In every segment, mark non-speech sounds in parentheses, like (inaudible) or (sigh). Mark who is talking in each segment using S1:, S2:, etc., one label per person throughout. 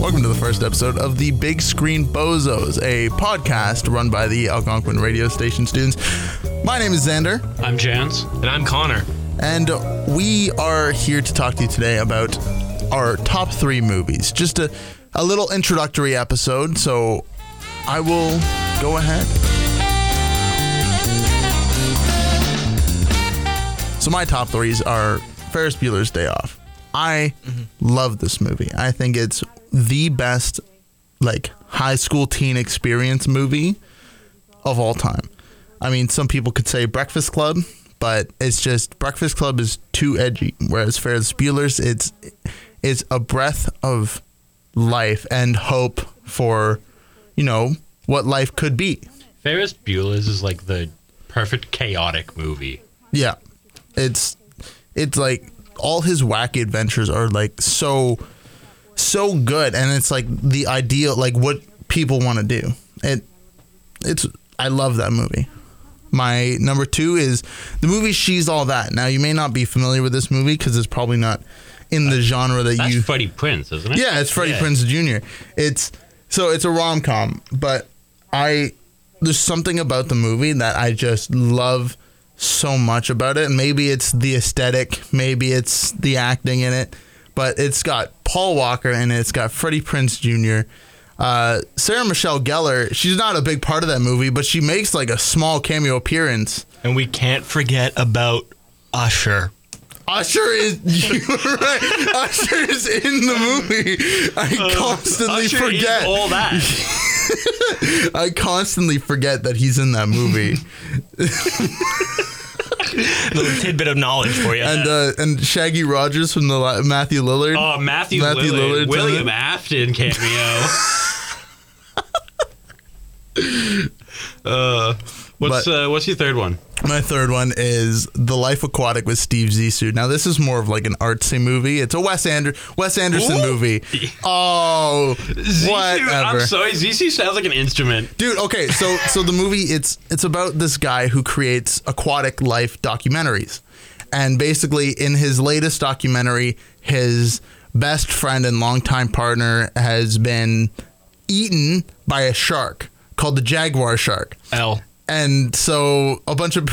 S1: latest episode of the Big Screen Bozos, a podcast run by the Algonquin radio station students. My name is Xander,
S2: I'm Jans.
S3: And I'm Connor.
S1: and we are here to talk to you today about our top three movies. Just a, a little introductory episode, so I will go ahead. So my top threes are Ferris Bueller's Day Off. I love this movie. I think it's the best, like high school teen experience movie of all time. I mean, some people could say Breakfast Club, but it's just Breakfast Club is too edgy. Whereas Ferris Bueller's, it's it's a breath of life and hope for, you know, what life could be.
S2: Ferris Bueller's is like the perfect chaotic movie.
S1: Yeah. It's it's like all his wacky adventures are like so so good and it's like the ideal like what people want to do. It it's I love that movie. My number 2 is the movie She's All That. Now you may not be familiar with this movie cuz it's probably not in the genre that
S2: That's
S1: you
S2: Freddie Prinze, isn't it?
S1: yeah, it's Freddie Prinze Jr. It's so it's a rom com, but I there's something about the movie that I just love so much about it. And maybe it's the aesthetic, maybe it's the acting in it, but it's got Paul Walker and it. it's got Freddie Prinze Jr. Uh, Sarah Michelle Gellar, she's not a big part of that movie, but she makes like a small cameo appearance.
S3: And we can't forget about Usher.
S1: Usher is (laughs) you're right. Usher is in the movie. I constantly
S3: Uh, Usher is
S1: forget. (laughs)
S3: all that.
S1: I constantly forget that he's in that
S2: (laughs)
S1: movie.
S3: Little tidbit of knowledge for you.
S1: and uh, and Shaggy Rogers from the li- Matthew Lillard.
S2: Oh, Matthew,
S1: Matthew
S2: Lillard,
S1: Lillard, isn't
S2: William
S1: it?
S2: Afton
S1: (laughs)
S2: cameo. uh, what's uh, what's your third one?
S1: My third one is The Life Aquatic with Steve Zissou. Now this is more of like an artsy movie. It's a Wes Ander- Wes Anderson
S2: Ooh. (laughs)
S1: movie. Oh,
S2: Zisu, I'm
S1: whatever.
S2: sorry, Zisu sounds like an instrument.
S1: Dude, okay, so so the movie it's it's about this guy who creates aquatic life documentaries. And basically in his latest documentary, his best friend and longtime partner has been eaten by a shark called the jaguar shark
S2: L.
S1: and so a bunch of (laughs)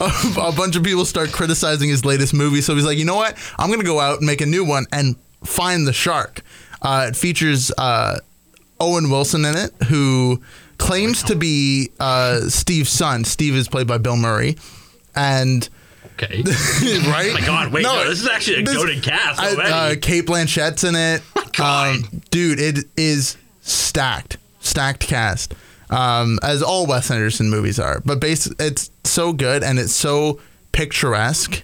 S1: a, a bunch of people start criticizing his latest movie. So he's like, you know what? I'm gonna go out and make a new one and find the shark. Uh, it features uh, Owen Wilson in it, who claims to be uh, Steve's son. Steve is played by Bill Murray, and (laughs)
S2: Okay.
S1: right?
S2: Oh My God, wait, no, this is actually a goaded cast
S1: I- Uh,
S2: already.
S1: Kate Blanchett's in it.
S2: God.
S1: Um, dude, it is stacked, stacked cast, um, as all Wes Anderson movies are. But base, it's so good and it's so picturesque.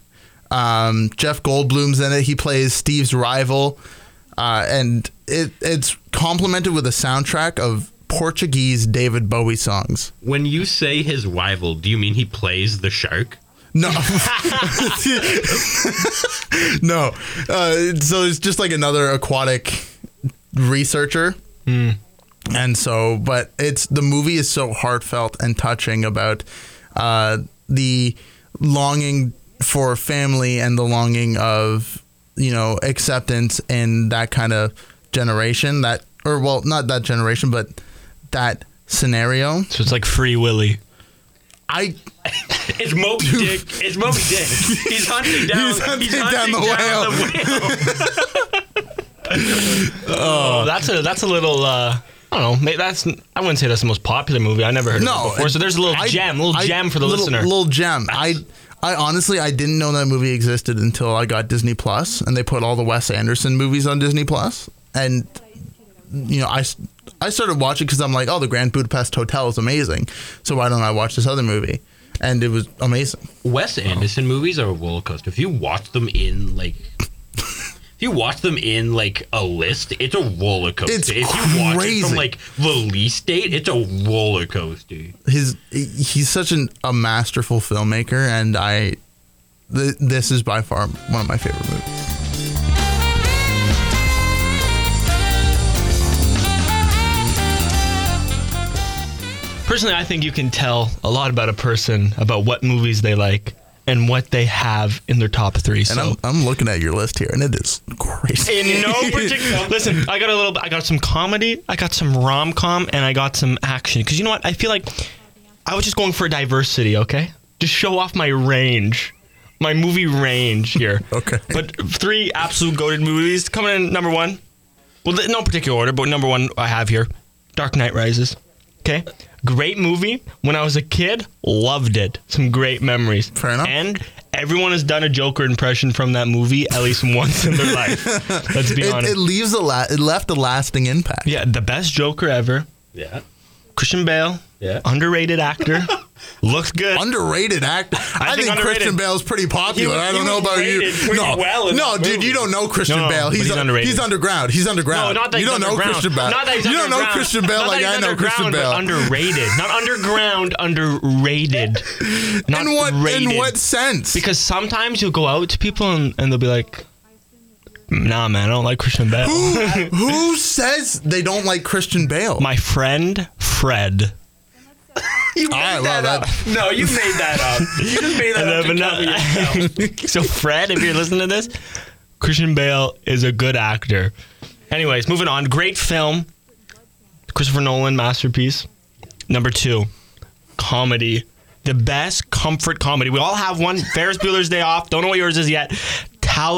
S1: Um, Jeff Goldblum's in it. He plays Steve's rival, uh, and it it's complemented with a soundtrack of Portuguese David Bowie songs.
S2: when you say his rival, do you mean he plays the shark?
S1: No. (laughs) no. Uh, so it's just like another aquatic researcher. And so, but it's the movie is so heartfelt and touching about uh, the longing for family and the longing of, you know, acceptance in that kind of generation that, or well, not that generation, but that scenario.
S3: So it's like Free Willy.
S1: I
S2: It's Moby Dick. It's Moby Dick.
S1: (laughs)
S2: He's hunting down.
S1: He's hunting down the
S2: the whale.
S1: (laughs)
S3: Oh, that's a that's a little. Uh, I don't know. Maybe that's I wouldn't say that's the most popular movie. I never heard of
S1: No,
S3: it before. So there's a little
S1: I-
S3: gem, little
S1: I-
S3: gem for the
S1: little,
S3: listener.
S1: Little gem. I I honestly I didn't know that movie existed until I got Disney Plus and they put all the Wes Anderson movies on Disney Plus and you know I s- I started watching cuz I'm like, oh, the Grand Budapest Hotel is amazing. So why don't I watch this other movie? And it was amazing.
S2: Wes Anderson movies are a roller coaster. If you watch them in like, if you watch them in like a list, it's a roller coaster.
S1: It's
S2: if you watch it
S1: crazy.
S2: from like release date, it's a roller coaster.
S1: His he- he's such an, a masterful filmmaker and I th- this is by far one of my favorite movies.
S3: Personally, I think you can tell a lot about a person about what movies they like and what they have in their top three.
S1: And
S3: so.
S1: I'm, I'm looking at your list here, and it is crazy.
S3: (laughs) in no particular. Listen, I got a little. I got some comedy. I got some rom com, and I got some action. Because you know what? I feel like I was just going for diversity. Okay, just show off my range, my movie range here.
S1: (laughs) Okay.
S3: But three absolute goaded movies coming in number one. Well, th- no particular order, but number one I have here, Dark Knight Rises. Okay. Great movie. When I was a kid, loved it. Some great memories.
S1: Fair enough.
S3: And everyone has done a Joker impression from that movie at least once in their
S1: (laughs)
S3: life. Let's be
S1: It,
S3: honest.
S1: it leaves a la- it left a lasting impact.
S3: yeah, the best Joker ever.
S2: Yeah.
S3: Christian Bale.
S2: Yeah.
S1: (laughs)
S3: Underrated actor. Looked good.
S1: Underrated actor. I,
S3: think
S1: think,
S3: underrated.
S1: Christian Bale's pretty popular.
S2: He-
S1: I don't
S2: he
S1: know
S2: was
S1: about you.
S2: rated pretty
S1: No,
S2: well in
S1: no,
S2: that
S1: dude,
S2: movie.
S1: you don't know Christian
S3: No, no,
S1: Bale.
S3: but
S1: He's,
S3: he's
S1: un-
S3: underrated.
S1: He's underground. He's underground.
S3: No, not that
S1: you
S3: he's
S1: don't know
S3: underground.
S1: Christian Bale.
S3: Not that he's
S1: you don't know
S3: underground.
S1: Christian Bale
S3: Not that
S1: like
S3: he's
S1: I know Christian
S3: underground, but
S1: Bale.
S3: underrated, not underground, underrated. Not
S1: (laughs) in what
S3: rated.
S1: in what sense?
S3: Because sometimes you'll go out to people and, and they'll be like, "Nah, man, I don't like Christian Bale."
S1: who, who says they don't like Christian Bale?
S3: My friend Fred.
S2: You
S1: I
S2: made
S1: love
S2: that up. No, you made that up. You
S1: (laughs)
S2: just made that
S3: (laughs) And
S2: up
S3: then-
S2: to
S3: but
S2: cover
S3: not-
S2: yourself.
S3: (laughs) so Fred, if you're listening to this, Christian Bale is a good actor. Anyways, moving on. Great film. Christopher Nolan masterpiece. Number two, comedy. The best comfort comedy. We all have one. Ferris Bueller's Day Off. Don't know what yours is yet.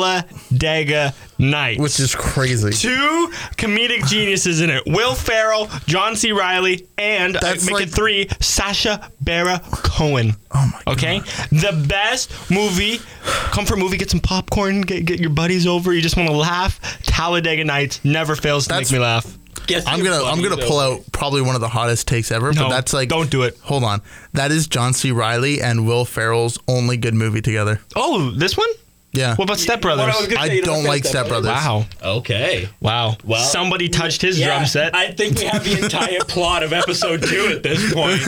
S3: Talladega Nights.
S1: Which is crazy.
S3: two comedic geniuses in it: Will Ferrell, John C. Riley, and uh,
S1: That's
S3: make
S1: like-
S3: it three: Sasha Baron Cohen.
S1: Oh my
S3: Okay, the best movie, comfort movie. Get some popcorn. Get, get your buddies over. You just want to laugh. Talladega Nights never fails to
S1: That's-
S3: make me laugh.
S2: (laughs) Guess
S1: I'm
S2: your
S1: gonna I'm
S2: buddies
S1: gonna pull
S2: over.
S1: out probably one of the hottest takes ever, but
S3: No,
S1: that's like
S3: don't do it.
S1: Hold on, that is John C. Riley and Will Ferrell's only good movie together.
S3: Oh, this one.
S1: Yeah,
S3: What about Step Brothers?
S2: What I was gonna
S1: I
S2: say, you
S1: don't
S2: say
S1: like Step Brothers.
S3: Wow!
S2: Okay.
S3: Wow!
S2: Well,
S3: somebody touched his
S2: Yeah,
S3: drum set.
S2: I think we have the (laughs) entire plot of episode two at this point.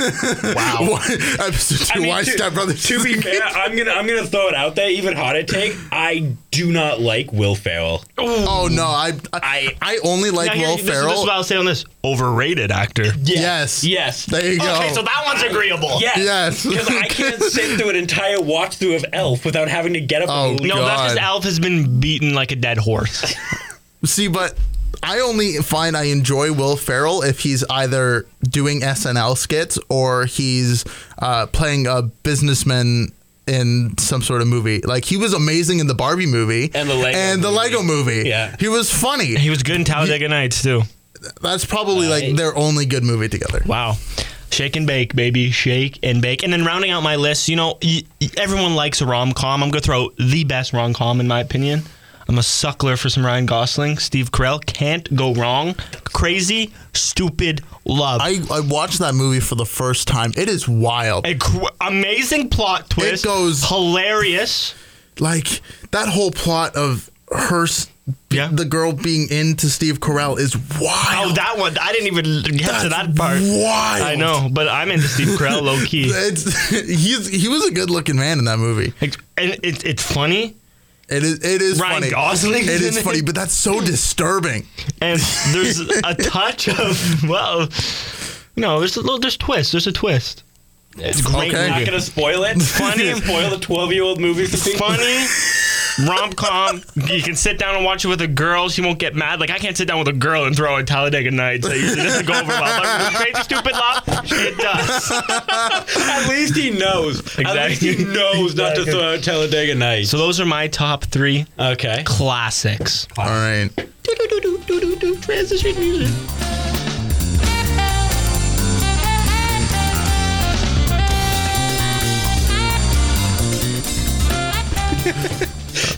S1: Wow. Why, episode two,
S2: I mean,
S1: why
S2: to-
S1: Step Brothers?
S2: To be
S1: is-
S2: fair, I'm gonna I'm gonna throw it out there. Even hotter take. I do not like Will Ferrell.
S1: Oh no, I I,
S2: I-
S1: I only like
S3: Now, here-
S1: Will
S3: this, is- This is
S1: Ferrell.
S3: what I'll say on this: overrated actor.
S1: Yes.
S2: Yes.
S1: There you go.
S3: Okay, so that one's agreeable.
S2: Yes. (laughs)
S1: Yes.
S2: Because I can't sit through an entire watch through of Elf without having to get up.
S1: Oh,
S2: and leave.
S3: No, that's
S1: God.
S3: because Alf has been beaten like a dead horse.
S1: See, but I only find I enjoy Will Ferrell if he's either doing SNL skits or he's uh, playing a businessman in some sort of movie. Like he was amazing in the Barbie movie
S2: And the Lego
S1: and the
S2: movie.
S1: Lego movie.
S2: Yeah.
S1: he was funny.
S3: He was good in Talladega Nights too.
S1: That's probably like
S2: Right.
S1: their only good movie together.
S3: Wow. Shake and bake, baby. Shake and bake. And then rounding out my list, you know, y- y- everyone likes a rom com. I'm going to throw the best rom com, in my opinion. I'm a suckler for some Ryan Gosling. Steve Carell can't go wrong. Crazy, stupid love.
S1: I, I watched that movie for the first time. It is wild.
S3: a cr- amazing plot twist.
S1: goes-
S3: hilarious.
S1: like that whole plot of her, s-
S3: Yeah.
S1: the girl being into Steve Carell is wild.
S3: Oh, that one. I didn't even get to that part.
S1: Wild.
S3: I know, but I'm into Steve Carell low
S1: (laughs)
S3: key.
S1: It's, he's he was a good looking man in that movie.
S3: And it, it's funny.
S1: It is it is
S3: Ryan
S1: funny.
S3: Gosling
S1: It
S3: in
S1: is
S3: it.
S1: funny, but that's so disturbing.
S3: and there's a touch of well, you know, there's a little there's twist, there's a twist.
S2: It's
S1: great
S2: I'm
S1: movie.
S2: not gonna spoil it.
S3: Funny.
S1: (laughs)
S2: spoil the 12 year old movie for people.
S3: Funny rom com. You can sit down and watch it with a girl. She won't get mad. Like I can't sit down with a girl and throw in Talladega Nights. That usually doesn't go over well. But with crazy stupid love, it does.
S2: At least he knows. At least
S3: Exactly.
S2: he knows not to
S3: Exactly.
S2: throw out Talladega Nights.
S3: So those are my top three
S2: okay.
S3: classics.
S1: All right.
S3: Transition music.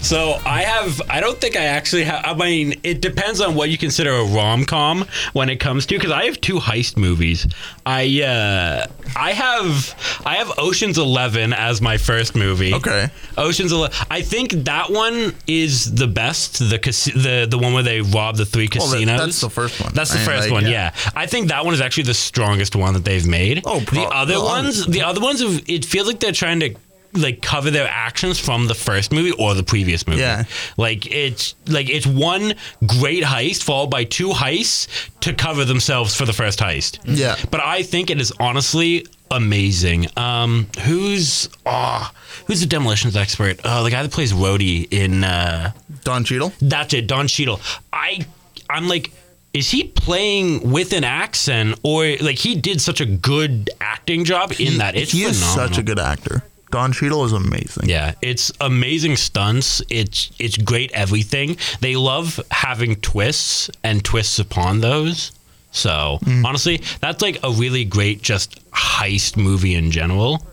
S2: So I have. I don't think I actually have. I mean, it depends on what you consider a rom com when it comes to. Because I have two heist movies. I uh, I have I have Ocean's Eleven as my first movie.
S1: Okay.
S2: Ocean's Eleven. I think that one is the best. The cas- the the one where they rob the three
S1: Well, that-
S2: casinos.
S1: that's the first one.
S2: That's the
S1: I mean,
S2: first
S1: like,
S2: one.
S1: yeah.
S2: Yeah. Yeah, I think that one is actually the strongest one that they've made.
S1: Oh, pro-
S2: the other
S1: well,
S2: ones, the other ones, have, it feels like they're trying to like cover their actions from the first movie or the previous movie.
S1: Yeah.
S2: like it's like it's one great heist followed by two heists to cover themselves for the first heist.
S1: Yeah.
S2: but I think it is honestly amazing. Um, who's ah who's the demolitions expert? Oh, the guy that plays Rhodey in uh,
S1: Don Cheadle.
S2: that's it, Don Cheadle. I I'm like, is he playing with an accent or like he did such a good acting job in that? It's
S1: he is
S2: phenomenal.
S1: such a good actor. Don Cheadle is amazing.
S2: Yeah, it's amazing stunts. It's it's great everything. They love having twists and twists upon those. So
S1: Mm.
S2: honestly, that's like a really great just heist movie in general.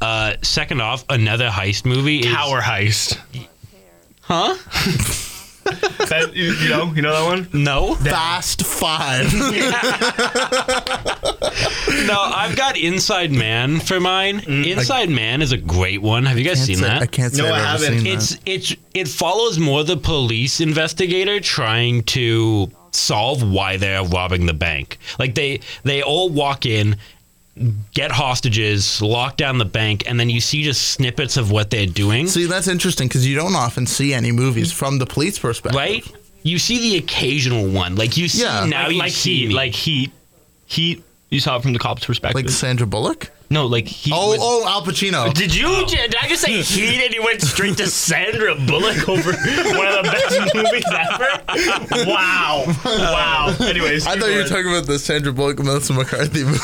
S2: Uh, second off, another heist movie is
S3: Tower heist.
S2: Huh?
S3: That- you, you know, you know that one.
S2: No,
S1: Fast Five.
S3: (laughs)
S2: no. I've got Inside Man for mine. Inside Man is a great one. Have you guys seen
S1: Mm. Can't say-
S2: that?
S1: I can't say
S3: No, I
S1: I've ever
S3: haven't.
S1: seen
S2: it's it's it follows more the police investigator trying to solve why they're robbing the bank. Like they they all walk in, get hostages, lock down the bank, and then you see just snippets of what they're doing.
S1: that. See, that's interesting because you don't often see any movies from the police perspective.
S2: right? You see the occasional one. Like you see
S1: Yeah.
S2: now
S3: like,
S2: you
S3: like
S2: see
S3: heat,
S2: me.
S3: like heat, heat. You saw it from the cop's perspective.
S1: Like Sandra Bullock.
S3: no, like heat.
S1: Oh,
S3: was-
S1: oh, Al
S2: (laughs)
S1: Pacino.
S3: Did you? Did I just
S1: (laughs)
S3: say Heat and you went straight to Sandra Bullock over one of the best movies ever? Wow. Wow. Anyways.
S1: I thought you were talking about the Sandra Bullock Melissa McCarthy movie.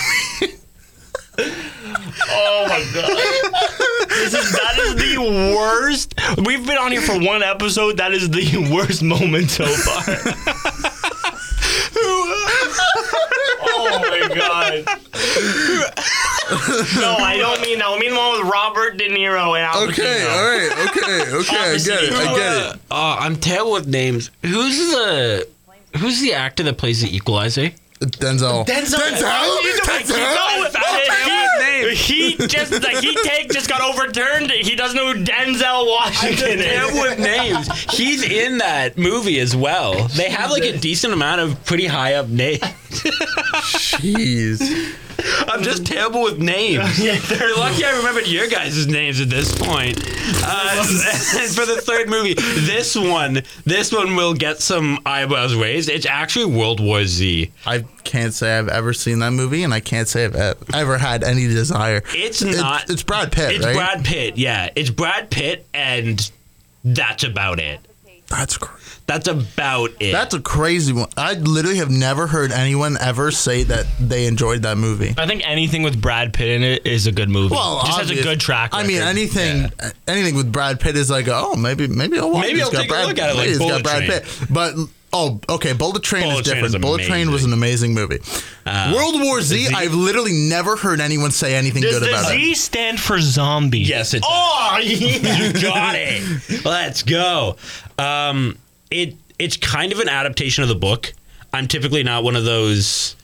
S3: Oh my god. This is, that is the worst. We've been on here for one episode. That is the worst moment so far. oh my god. No, I don't mean that. I mean the one with Robert De Niro and Al
S1: Okay,
S3: Pacino.
S1: all right,
S2: (laughs)
S1: okay, okay. I get it. I get it.
S2: Uh, I'm terrible with names. Who's the who's the actor that plays the equalizer?
S1: Denzel. Denzel.
S3: He's
S1: Denzel.
S3: like, he's always-
S2: Denzel?
S3: He just the heat take just got overturned. He doesn't know who Denzel Washington (laughs) is.
S2: terrible with names. He's in that movie as well. They have like a decent amount of pretty high up names.
S1: Jeez.
S2: I'm just terrible with names. You're lucky I remembered your guys' names at this point. Uh, (laughs) and for the third movie, this one, this one will get some eyebrows raised. It's actually World War Z.
S1: I can't say I've ever seen that movie, and I can't say I've e- ever had any desire.
S2: It's not.
S1: It's, it's Brad Pitt,
S2: It's
S1: right?
S2: Brad Pitt. Yeah, it's Brad Pitt, and that's about it.
S1: That's cr-
S2: That's about it.
S1: that's a crazy one. I literally have never heard anyone ever say that they enjoyed that movie.
S3: I think anything with Brad Pitt in it is a good movie.
S1: Well,
S3: just has a
S1: obvious-
S3: good track.
S1: I mean,
S3: record.
S1: anything, anything with Brad Pitt is like, oh, maybe, maybe I'll watch.
S2: Maybe
S1: It's
S2: I'll
S1: got
S2: take a
S1: Brad,
S2: look at it, like
S1: it's got
S2: Bullet
S1: Brad
S2: Train.
S1: Pitt. But oh, okay, Bullet Train is
S2: Bullet Train
S1: different.
S2: is Uh,
S1: Bullet Train was an amazing movie. World War Z, I've literally never heard anyone say anything
S3: Does
S1: good
S3: the
S1: about
S3: Z
S1: it.
S3: stand for zombie?
S2: Yes, it.
S3: Oh, yeah.
S2: (laughs) You got it. Let's go. Um, it it's kind of an adaptation of the book. I'm typically not one of those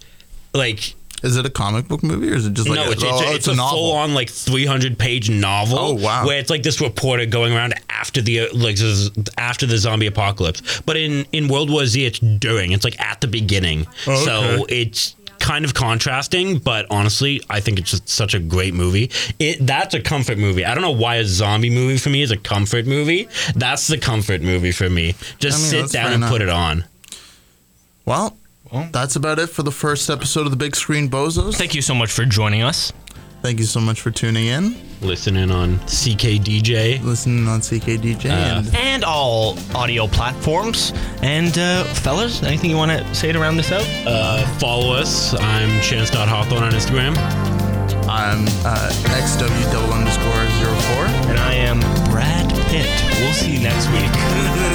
S2: like
S1: Is it a comic book movie or is it just like
S2: no,
S1: a,
S2: it's, it's,
S1: oh,
S2: a,
S1: it's
S2: it's, a, full on like 300 page novel.
S1: Oh, wow.
S2: Where it's like this reporter going around after the uh, like z- after the zombie apocalypse. But in in World War Z, it's during. It's like at the beginning.
S1: Oh,
S2: So it's kind of contrasting, but honestly, I think it's just such a great movie. It that's a comfort movie. I don't know why a zombie movie for me is a comfort movie. That's the comfort movie for me. Just
S1: I mean,
S2: sit
S1: that's
S2: down
S1: fair
S2: and
S1: enough.
S2: put it on.
S1: Well,
S2: Oh.
S3: Well.
S1: that's about it for the first episode of the Big Screen Bozos.
S3: Thank you so much for joining us.
S1: Thank you so much for tuning in,
S2: Listen in on CKDJ.
S1: listening on
S2: Uh,
S1: CKDJ. and
S3: And all audio platforms. And uh, fellas, anything you want to say to round this out?
S2: Uh, follow us. I'm Chance.Hawthorne on Instagram.
S1: I'm uh, XW double underscore zero four.
S3: And I am Brad Pitt. We'll see you next week.